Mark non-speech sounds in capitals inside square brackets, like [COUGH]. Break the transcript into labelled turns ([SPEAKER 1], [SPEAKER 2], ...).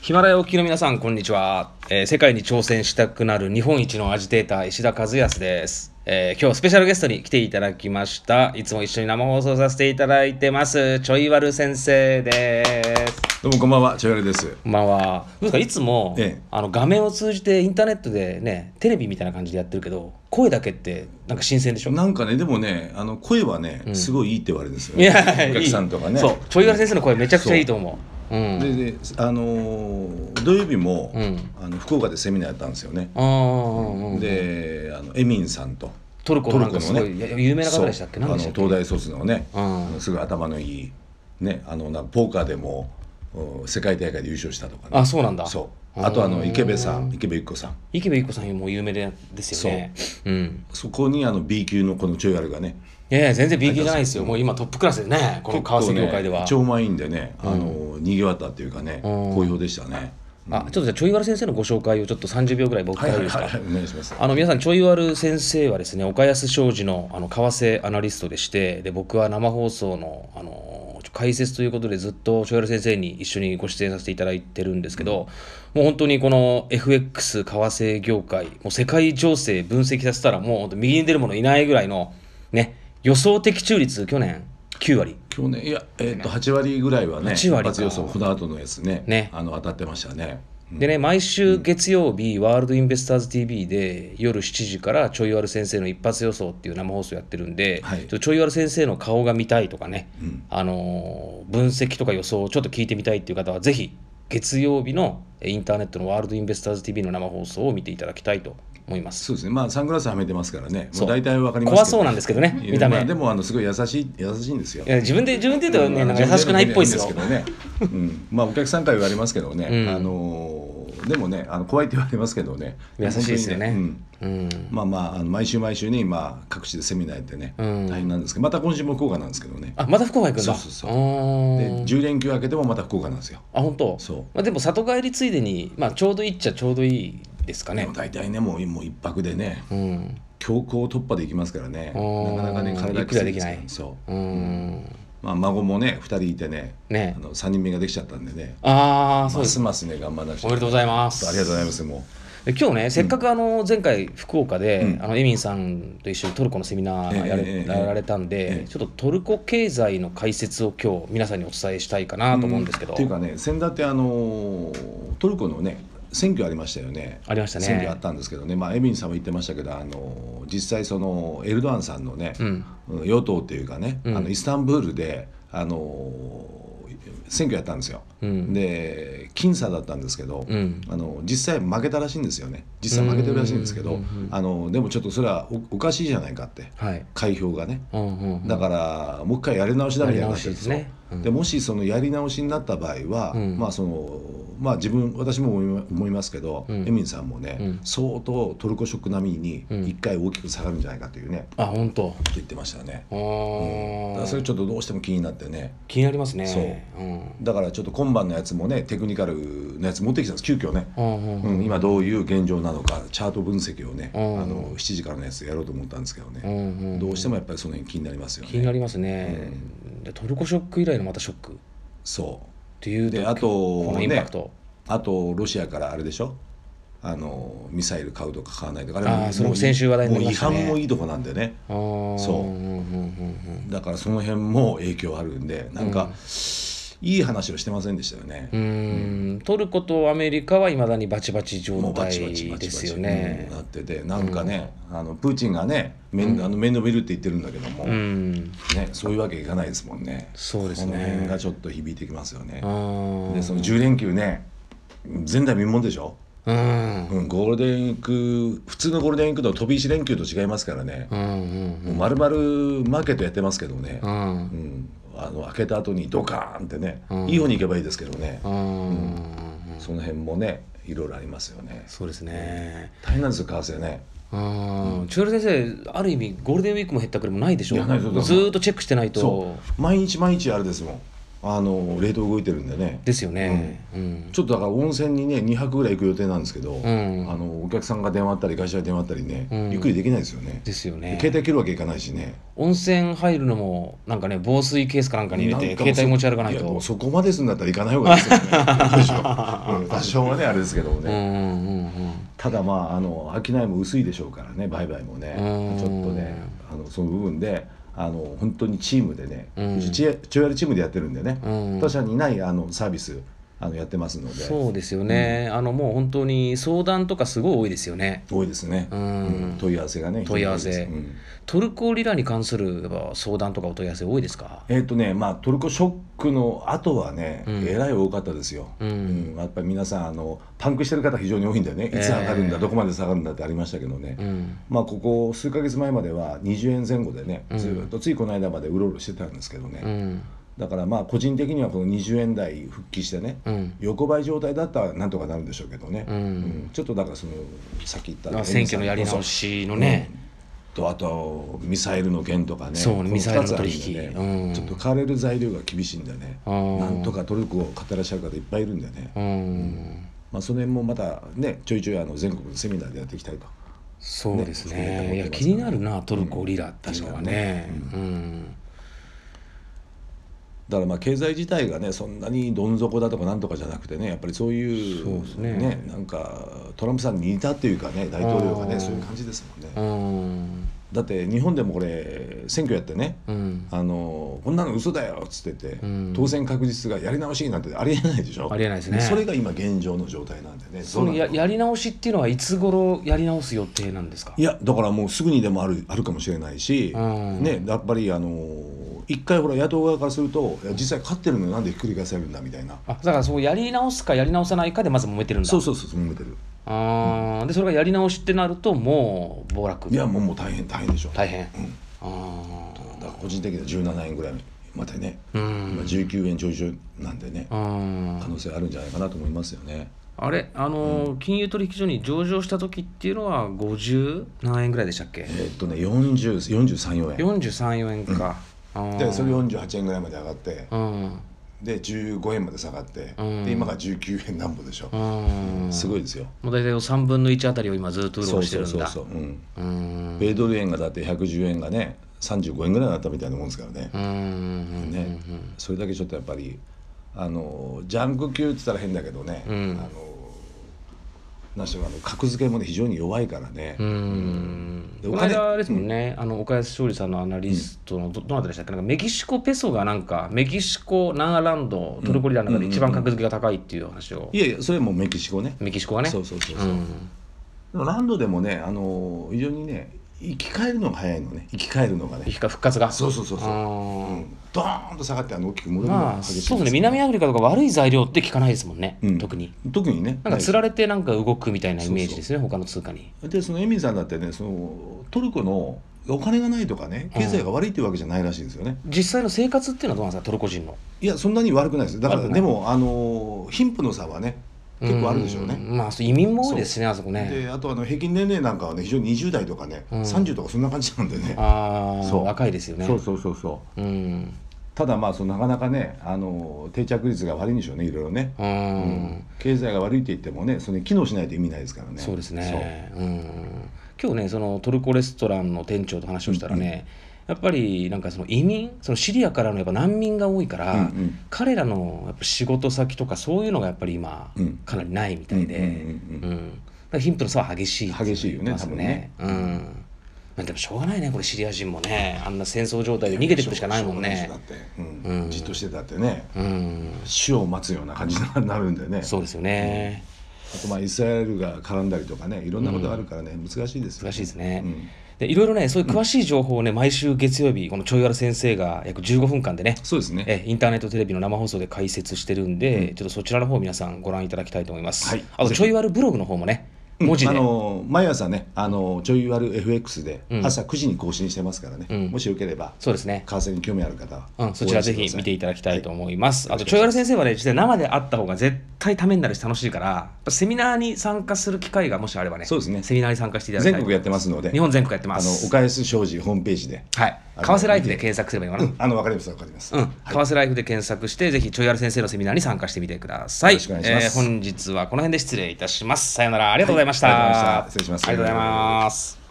[SPEAKER 1] ヒマラヤ沖の皆さん、こんにちは、えー世界に挑戦したくなる日本一のアジテーター、石田和康です。えー今日スペシャルゲストに来ていただきました。いつも一緒に生放送させていただいてます、ちょいわる先生です。
[SPEAKER 2] どうもこんばんは、チョイルです。
[SPEAKER 1] こんばんは。どうですかいつも、
[SPEAKER 2] ええ
[SPEAKER 1] あの画面を通じてインターネットでね、テレビみたいな感じでやってるけど、声だけってなんか新鮮でしょ
[SPEAKER 2] なんかね、でもね、あの声はね、すごいいいって言われるんですよ、
[SPEAKER 1] い
[SPEAKER 2] ね。
[SPEAKER 1] や、いい
[SPEAKER 2] お客さんとかね。
[SPEAKER 1] そう、ちょいわる先生の声めちゃくちゃいいと思う。うん。
[SPEAKER 2] でで、あのー土曜日も、
[SPEAKER 1] うん
[SPEAKER 2] あの福岡でセミナーやったんですよね。
[SPEAKER 1] あー
[SPEAKER 2] で、あのエミンさんと。
[SPEAKER 1] トルコのなんかすごい、
[SPEAKER 2] トルコの
[SPEAKER 1] 有名な方でしたっけ
[SPEAKER 2] そう
[SPEAKER 1] 何
[SPEAKER 2] あの
[SPEAKER 1] でしたっけ
[SPEAKER 2] 東大卒のね、
[SPEAKER 1] うん
[SPEAKER 2] すごい頭のいい、ね、あのなポーカーでもうん世界大会で優勝したとかね。
[SPEAKER 1] あそうなんだ
[SPEAKER 2] そう。あとあの池部さん、池部ゆっ子さん。
[SPEAKER 1] 池部ゆっ子さんも有名ですよねうん
[SPEAKER 2] そこにあの B 級のこのチョイアルがね、
[SPEAKER 1] いやいや全然 B 級じゃないですよもう今トップクラスでねこの為替業界では、
[SPEAKER 2] 結構ね超満員でね、あのにぎわったっていうかね、好評でしたね。
[SPEAKER 1] あちょっとじゃあちょいわる先生のご紹介をちょっと30秒ぐらい僕からいいですか、
[SPEAKER 2] お願いします。
[SPEAKER 1] あの皆さん、ちょいわる先生はですね、岡安商事のあの為替アナリストでして、で僕は生放送のあの解説ということで、ずっとちょいわる先生に一緒にご出演させていただいてるんですけど、もう本当にこの FX 為替業界、もう世界情勢分析させたら、もう本当右に出るものいないぐらいの、ね、予想的中率、去年9割。
[SPEAKER 2] 去年いやえっ、と八割ぐらいはね、
[SPEAKER 1] 8割か
[SPEAKER 2] 一発予想この後のやつね、
[SPEAKER 1] ね
[SPEAKER 2] あの当たってましたね。
[SPEAKER 1] でね、毎週月曜日、ワールドインベスターズ TV で夜7時からちょいわる先生の一発予想っていう生放送やってるんで、
[SPEAKER 2] はい
[SPEAKER 1] ちょっとちょいわる先生の顔が見たいとかね、
[SPEAKER 2] うん
[SPEAKER 1] あのー分析とか予想をちょっと聞いてみたいっていう方は、ぜひ月曜日のえインターネットのワールドインベスターズ TV の生放送を見ていただきたいと思います。
[SPEAKER 2] そうですね。まあサングラスはめてますからね、
[SPEAKER 1] そ
[SPEAKER 2] も
[SPEAKER 1] う
[SPEAKER 2] う大体わかりますけど、
[SPEAKER 1] 怖そうなんですけどね、見た目。
[SPEAKER 2] まあでもあのすごい優しい優しいんですよ
[SPEAKER 1] い。や自分で自分で言うとね、
[SPEAKER 2] うん
[SPEAKER 1] なんか優しくないっぽいですよ
[SPEAKER 2] 自。分で言うんですけどね、うん、まあお客さんから言われますけどね、
[SPEAKER 1] うん
[SPEAKER 2] あのーでもねあの怖いって言われますけどね
[SPEAKER 1] 優しいですよね
[SPEAKER 2] 本当にうん
[SPEAKER 1] うん、
[SPEAKER 2] まあまああの毎週毎週ね今各地でセミナーやってね、
[SPEAKER 1] うん
[SPEAKER 2] 大変なんですけどまた今週も福岡なんですけどね
[SPEAKER 1] あまた福岡行くんだ。
[SPEAKER 2] そうそうそう
[SPEAKER 1] あー
[SPEAKER 2] で10連休明けてもまた福岡なんですよ、
[SPEAKER 1] あ本当
[SPEAKER 2] そう
[SPEAKER 1] まあ、でも里帰りついでに、まあ、ちょうどいいっちゃちょうどいいですか
[SPEAKER 2] で
[SPEAKER 1] ね
[SPEAKER 2] も、大体ねもうもう一泊でね
[SPEAKER 1] うん、
[SPEAKER 2] 強行突破でいきますからね
[SPEAKER 1] あー
[SPEAKER 2] なかなかね体
[SPEAKER 1] ゆっくりはできない
[SPEAKER 2] つそう
[SPEAKER 1] ーん
[SPEAKER 2] う、まあ、孫もね2人いてね
[SPEAKER 1] ね
[SPEAKER 2] あの3人目ができちゃったんでね
[SPEAKER 1] ああそう
[SPEAKER 2] ま
[SPEAKER 1] です
[SPEAKER 2] すますね頑張らなくち
[SPEAKER 1] お
[SPEAKER 2] ゃ
[SPEAKER 1] めでとうございます
[SPEAKER 2] ありがとうございますも
[SPEAKER 1] で今日ねせっかくあの前回福岡で、
[SPEAKER 2] うん
[SPEAKER 1] あのエミンさんと一緒にトルコのセミナーやれ,、
[SPEAKER 2] ええええええ
[SPEAKER 1] やられたんで、
[SPEAKER 2] ええ
[SPEAKER 1] ちょっとトルコ経済の解説を今日皆さんにお伝えしたいかな
[SPEAKER 2] う
[SPEAKER 1] と思うんですけど、
[SPEAKER 2] っていうかね先だってあのートルコのね選挙ありましたよね
[SPEAKER 1] ありましたね
[SPEAKER 2] 選挙あったんですけどね、まあ、エミンさんも言ってましたけど、あの実際、そのエルドアンさんのね、
[SPEAKER 1] うん
[SPEAKER 2] うん与党っていうかね、
[SPEAKER 1] うん
[SPEAKER 2] あのイスタンブールで、あの選挙やったんですよ、
[SPEAKER 1] うん
[SPEAKER 2] で僅差だったんですけど、
[SPEAKER 1] うん
[SPEAKER 2] あの実際負けたらしいんですよね実際負けてるらしいんですけ
[SPEAKER 1] う
[SPEAKER 2] ど、
[SPEAKER 1] んうんうん
[SPEAKER 2] あのでもちょっとそれはおおかしいじゃないかって
[SPEAKER 1] はい、
[SPEAKER 2] 開票がね
[SPEAKER 1] うんうんうん
[SPEAKER 2] だからもう一回やり直しだみたいになってるんですよ
[SPEAKER 1] やり直しですねうん
[SPEAKER 2] でもしそのやり直しになった場合は、
[SPEAKER 1] うん
[SPEAKER 2] まあそのまあ自分私も思い思いますけど、
[SPEAKER 1] うん
[SPEAKER 2] エミンさんもね、
[SPEAKER 1] うん
[SPEAKER 2] 相当トルコショック並みに
[SPEAKER 1] うん
[SPEAKER 2] 一回大きく下がるんじゃないかというね、
[SPEAKER 1] あ本当
[SPEAKER 2] 言ってましたね。
[SPEAKER 1] あ
[SPEAKER 2] だ
[SPEAKER 1] ー、
[SPEAKER 2] からそれちょっとどうしても気になってね。
[SPEAKER 1] 気になりますね
[SPEAKER 2] そう
[SPEAKER 1] うん
[SPEAKER 2] だからちょっと今晩のやつもねテクニカルのやつ持ってきたんです急遽ね、
[SPEAKER 1] うんうんうん
[SPEAKER 2] うん今どういう現状なのかチャート分析をね、
[SPEAKER 1] うん
[SPEAKER 2] あの7時からのやつやろうと思ったんですけど
[SPEAKER 1] うん
[SPEAKER 2] ね、
[SPEAKER 1] うんうん
[SPEAKER 2] どうしてもやっぱりその辺気になりますよ
[SPEAKER 1] 気に
[SPEAKER 2] ね。
[SPEAKER 1] なりますね、でトルコショック以来のまたショックっ
[SPEAKER 2] そう
[SPEAKER 1] ていう
[SPEAKER 2] で
[SPEAKER 1] と
[SPEAKER 2] あと
[SPEAKER 1] このインパクト、
[SPEAKER 2] あとロシアからあれでしょあのミサイル買うとか買わないとかあ
[SPEAKER 1] あーそれも先週話題になり
[SPEAKER 2] も
[SPEAKER 1] ま
[SPEAKER 2] う違
[SPEAKER 1] した
[SPEAKER 2] 反
[SPEAKER 1] ね
[SPEAKER 2] もいいとこなんでね
[SPEAKER 1] あー
[SPEAKER 2] そうん
[SPEAKER 1] んうん
[SPEAKER 2] だからその辺も影響あるんでなんか、いい話をしてませんでしたよね
[SPEAKER 1] う、んうーんトルコとアメリカはいまだにバチバチ
[SPEAKER 2] も
[SPEAKER 1] 状
[SPEAKER 2] うバ
[SPEAKER 1] 態
[SPEAKER 2] チバチバチバチ
[SPEAKER 1] ですよね
[SPEAKER 2] うんなっててなんかね、あのプーチンがね面,、あの面倒見るって言ってるんだけども、
[SPEAKER 1] うん、
[SPEAKER 2] ね、そういうわけいかないですもんね
[SPEAKER 1] そうです
[SPEAKER 2] この辺
[SPEAKER 1] ね
[SPEAKER 2] がちょっと響いてきますよね
[SPEAKER 1] あー
[SPEAKER 2] でその10連休ね前代未聞でしょ
[SPEAKER 1] うん
[SPEAKER 2] うん、ゴールデンウィーク普通のゴールデンウィークの飛び石連休と違いますからね
[SPEAKER 1] う、ん
[SPEAKER 2] もう丸々マーケットやってますけどね
[SPEAKER 1] う、ん
[SPEAKER 2] うんあの開けた後にドカーンってね、
[SPEAKER 1] うん
[SPEAKER 2] いい方に行けばいいですけどね、
[SPEAKER 1] うん
[SPEAKER 2] その辺もねいろいろありますよね
[SPEAKER 1] そうですね
[SPEAKER 2] 大変なんですよ為替ね
[SPEAKER 1] うん千原先生ある意味ゴールデンウィークも減ったくれもないでしょ
[SPEAKER 2] いやないそうだ
[SPEAKER 1] ずーっとチェックしてないと
[SPEAKER 2] そう毎日毎日あれですもんあのレート動いてるんでね
[SPEAKER 1] ですよね、うん
[SPEAKER 2] ちょっとだから温泉にね2泊ぐらい行く予定なんですけど、
[SPEAKER 1] ん
[SPEAKER 2] あのお客さんが電話あったり会社に電話あったりね、
[SPEAKER 1] うん
[SPEAKER 2] ゆっくりできないですよね
[SPEAKER 1] ですよね
[SPEAKER 2] 携帯切るわけいかないしね
[SPEAKER 1] 温泉入るのもなんかね防水ケースかなんかに入れて
[SPEAKER 2] なんかもう
[SPEAKER 1] 携帯持ち歩かない
[SPEAKER 2] やも
[SPEAKER 1] と [LAUGHS]
[SPEAKER 2] うそこまでするんだったら行かない方がいいですよねそうでしょうん確多少はねあれですけども
[SPEAKER 1] う
[SPEAKER 2] ね、
[SPEAKER 1] んうんうん
[SPEAKER 2] ただまああの商いも薄いでしょうからね売買もね
[SPEAKER 1] うん
[SPEAKER 2] ちょっとねあのその部分であの本当にチームでね、
[SPEAKER 1] うん
[SPEAKER 2] ちちやるチームでやってるんでね、
[SPEAKER 1] うんうん
[SPEAKER 2] 他社にないあのサービスあのやってますので
[SPEAKER 1] そうですよね、あのもう本当に相談とかすごい多いですよね、
[SPEAKER 2] 多いですね、
[SPEAKER 1] うん
[SPEAKER 2] うん問い合わせがね
[SPEAKER 1] 問い合わせ
[SPEAKER 2] 非常に多いですうん
[SPEAKER 1] トルコリラに関するやっぱ相談とかお問い合わせ多いですか、
[SPEAKER 2] えっ、とねまあトルコショックの後はね、
[SPEAKER 1] うん
[SPEAKER 2] えらい多かったですよ、
[SPEAKER 1] うん
[SPEAKER 2] うんやっぱり皆さんあのパンクしてる方非常に多いんだよねいつ上がるんだ、
[SPEAKER 1] ええ
[SPEAKER 2] どこまで下がるんだってありましたけどね、
[SPEAKER 1] うん
[SPEAKER 2] まあここ数ヶ月前までは20円前後でね
[SPEAKER 1] うん
[SPEAKER 2] ずーっとついこの間までうろうろしてたんですけどね、
[SPEAKER 1] うん
[SPEAKER 2] だからまあ個人的にはこの20円台復帰してね、
[SPEAKER 1] うん
[SPEAKER 2] 横ばい状態だったらなんとかなるんでしょうけどね、
[SPEAKER 1] うん
[SPEAKER 2] うんちょっとだからそのさっき言った
[SPEAKER 1] あ選挙のやり直しのね、
[SPEAKER 2] とあとミサイルの件とかね
[SPEAKER 1] そう
[SPEAKER 2] こ
[SPEAKER 1] ミサイルの取
[SPEAKER 2] 二つ
[SPEAKER 1] 引
[SPEAKER 2] あるんでね
[SPEAKER 1] うん
[SPEAKER 2] ちょっと買われる材料が厳しいんだよね
[SPEAKER 1] あー
[SPEAKER 2] なんとかトルコを買ってらっしゃる方いっぱいいるんでね、
[SPEAKER 1] うん、
[SPEAKER 2] まあ、その辺もまたねちょいちょいあの全国のセミナーでやっていきたいと
[SPEAKER 1] そうですね
[SPEAKER 2] ね
[SPEAKER 1] いや気になるなトルコリラっていうのはねうん
[SPEAKER 2] だからまあ経済自体がねそんなにどん底だとかなんとかじゃなくてねやっぱりそういう
[SPEAKER 1] そうですね
[SPEAKER 2] なんかトランプさんに似たっていうかね大統領が
[SPEAKER 1] あー
[SPEAKER 2] ねそういう感じですもん
[SPEAKER 1] う
[SPEAKER 2] ね
[SPEAKER 1] ん
[SPEAKER 2] だって日本でもこれ選挙やってね
[SPEAKER 1] うん
[SPEAKER 2] あのこんなの嘘だよっつってて、
[SPEAKER 1] うん
[SPEAKER 2] 当選確実がやり直しなんてありえないでしょ
[SPEAKER 1] ありえないですね
[SPEAKER 2] それが今現状の状態なんでね
[SPEAKER 1] そのや
[SPEAKER 2] い
[SPEAKER 1] やり直しっていうのはいつ頃やり直す予定なんですか
[SPEAKER 2] いやだからもうすぐにでもあるあるかもしれないし、
[SPEAKER 1] うん
[SPEAKER 2] ね、やっぱりあの一回ほら野党側からするといや実際勝ってるのになんでひっくり返されるんだみたいな
[SPEAKER 1] あだからそうやり直すかやり直さないかでまず揉めてるんだ
[SPEAKER 2] そうそうそうそう揉めてる
[SPEAKER 1] あーでそれがやり直しってなるともう暴落
[SPEAKER 2] いやもうもう大変大変でしょ
[SPEAKER 1] 大変、
[SPEAKER 2] ん
[SPEAKER 1] あー
[SPEAKER 2] だから個人的には17円ぐらいまでね、
[SPEAKER 1] う
[SPEAKER 2] 今
[SPEAKER 1] ん
[SPEAKER 2] 19円ちょいちょいなんでね、
[SPEAKER 1] うん
[SPEAKER 2] 可能性あるんじゃないかなと思いますよね
[SPEAKER 1] あれあのー、金融取引所に上場した時っていうのは50何円ぐらいでしたっけ
[SPEAKER 2] えーっとね40 43 4円
[SPEAKER 1] 434円か、あー
[SPEAKER 2] でそれ48円ぐらいまで上がって
[SPEAKER 1] うん
[SPEAKER 2] で15円まで下がって、
[SPEAKER 1] うん
[SPEAKER 2] で今が19円なんぼでしょ、
[SPEAKER 1] うん
[SPEAKER 2] すごいですよ
[SPEAKER 1] もう大体3分の1あたりを今ずっとうろう
[SPEAKER 2] そ
[SPEAKER 1] ろして
[SPEAKER 2] うそ
[SPEAKER 1] る
[SPEAKER 2] うん
[SPEAKER 1] だ
[SPEAKER 2] そうそう、うん、
[SPEAKER 1] うん
[SPEAKER 2] 米ドル円がだって110円がね35円ぐらいになったみたいなもんですからね、
[SPEAKER 1] うんうん
[SPEAKER 2] ね、それだけちょっとやっぱりあのジャンク級って言ったら変だけどね、
[SPEAKER 1] うん
[SPEAKER 2] あのなんしろあの格付けもね非常に弱いからね、
[SPEAKER 1] うん
[SPEAKER 2] で
[SPEAKER 1] こ
[SPEAKER 2] お
[SPEAKER 1] の
[SPEAKER 2] 金
[SPEAKER 1] 間あれですもんね、あの岡安勝利さんのアナリストのど,、どなたでしたっけなんかメキシコペソがなんかメキシコナンアランドトルコリラの中で一番格付けが高いっていう話を、
[SPEAKER 2] いやいやそれはもうメキシコね
[SPEAKER 1] メキシコはね
[SPEAKER 2] そうそうそう
[SPEAKER 1] う
[SPEAKER 2] そう、
[SPEAKER 1] ん
[SPEAKER 2] でもランドでもねあの非常にね生き返るのが早いのね生き返るのがね
[SPEAKER 1] 生きか復活が
[SPEAKER 2] そうそうそうそう、
[SPEAKER 1] あ
[SPEAKER 2] う
[SPEAKER 1] ー
[SPEAKER 2] ん、ドーンと下がってあの大きく戻るの
[SPEAKER 1] ま
[SPEAKER 2] が
[SPEAKER 1] あ
[SPEAKER 2] 激しい
[SPEAKER 1] そうですね南アフリカとか悪い材料って聞かないですもんね、
[SPEAKER 2] うん
[SPEAKER 1] 特に
[SPEAKER 2] 特にね
[SPEAKER 1] なんか
[SPEAKER 2] はい
[SPEAKER 1] つられてなんか動くみたいなイメージですね、他の通貨に
[SPEAKER 2] でそのエミンさんだってねそのトルコのお金がないとかね経済が悪いっていうわけじゃないらしいんですよね、
[SPEAKER 1] 実際の生活っていうのはどうなんですかトルコ人の
[SPEAKER 2] いやそんなに悪くないですだか
[SPEAKER 1] 悪
[SPEAKER 2] ら
[SPEAKER 1] くな
[SPEAKER 2] で
[SPEAKER 1] い
[SPEAKER 2] もあの貧富の差はね結構あるでしょうね、
[SPEAKER 1] んまあ移民も多いですしねあそこね
[SPEAKER 2] であとあの平均年齢なんかはね非常に20代とかね、
[SPEAKER 1] うん
[SPEAKER 2] 30とかそんな感じなんでね
[SPEAKER 1] ああ
[SPEAKER 2] そう
[SPEAKER 1] 若いですよね
[SPEAKER 2] そうそうそう
[SPEAKER 1] うん
[SPEAKER 2] ただまあそのなかなかねあの定着率が悪いんでしょうねいろいろね、
[SPEAKER 1] う、
[SPEAKER 2] うん経済が悪いって言ってもねそれに機能しないと意味ないですからね
[SPEAKER 1] そうですねうん今日ねそのトルコレストランの店長と話をしたらね、やっぱりなんかその移民そのシリアからのやっぱ難民が多いから、
[SPEAKER 2] うんうん
[SPEAKER 1] 彼らのやっぱ仕事先とかそういうのがやっぱり今、
[SPEAKER 2] うん
[SPEAKER 1] かなりないみたいで、
[SPEAKER 2] うんうんうん
[SPEAKER 1] うんだから貧富の差は激しいって
[SPEAKER 2] 激しいよ
[SPEAKER 1] 言っ
[SPEAKER 2] ね
[SPEAKER 1] てます
[SPEAKER 2] 多分ね
[SPEAKER 1] うんまあ、でもしょうがないねこれシリア人もねあんな戦争状態で逃げてくるしかないもん
[SPEAKER 2] しょ
[SPEAKER 1] ね
[SPEAKER 2] うがないでしょだって、
[SPEAKER 1] う
[SPEAKER 2] うんん、じっとしてたってね
[SPEAKER 1] うん
[SPEAKER 2] 死を待つような感じになるんでね
[SPEAKER 1] そうですよね、
[SPEAKER 2] あとまあイスラエルが絡んだりとかねいろんなことがあるからね、難しいですよ
[SPEAKER 1] 難しいですね、
[SPEAKER 2] うん
[SPEAKER 1] でいろいろねそういう詳しい情報をね、毎週月曜日このちょいわら先生が約15分間でね
[SPEAKER 2] そうですね
[SPEAKER 1] えインターネットテレビの生放送で解説してるんで、ちょっとそちらの方皆さんご覧いただきたいと思います、
[SPEAKER 2] はい
[SPEAKER 1] あと
[SPEAKER 2] ぜひ
[SPEAKER 1] ちょいわるブログの方もね
[SPEAKER 2] うん
[SPEAKER 1] 文字で、
[SPEAKER 2] あの毎朝ねあのちょいわる FX で
[SPEAKER 1] うん
[SPEAKER 2] 朝9時に更新してますからね、
[SPEAKER 1] うん
[SPEAKER 2] もしよければ為
[SPEAKER 1] そうですね
[SPEAKER 2] 替に興味ある方は、
[SPEAKER 1] うん、そちらぜひ見ていただきたいと
[SPEAKER 2] 思
[SPEAKER 1] 思います。あと、ちょいわら先生はね、実際生で会った方が絶対ためになるし楽しいから、やっぱセミナーに参加する機会がもしあればね、
[SPEAKER 2] そうですね
[SPEAKER 1] セミナーに参加していただきたい
[SPEAKER 2] 全国やってますので
[SPEAKER 1] 日本全国やって
[SPEAKER 2] あ
[SPEAKER 1] ま
[SPEAKER 2] のお
[SPEAKER 1] す。
[SPEAKER 2] かえす商事ホームページで
[SPEAKER 1] はい。為
[SPEAKER 2] あの
[SPEAKER 1] 替ライフで検索すればいいのかな。
[SPEAKER 2] あのわかりますわかります、
[SPEAKER 1] うん、為替ライフで検索して、ぜひちょいわら先生のセミナーに参加してみてください。
[SPEAKER 2] よろしくお願いします
[SPEAKER 1] 本日はこの辺で失礼いたします。さようなら、ありがとうございました。
[SPEAKER 2] はいありがとうございました失礼します
[SPEAKER 1] ありがとうございます。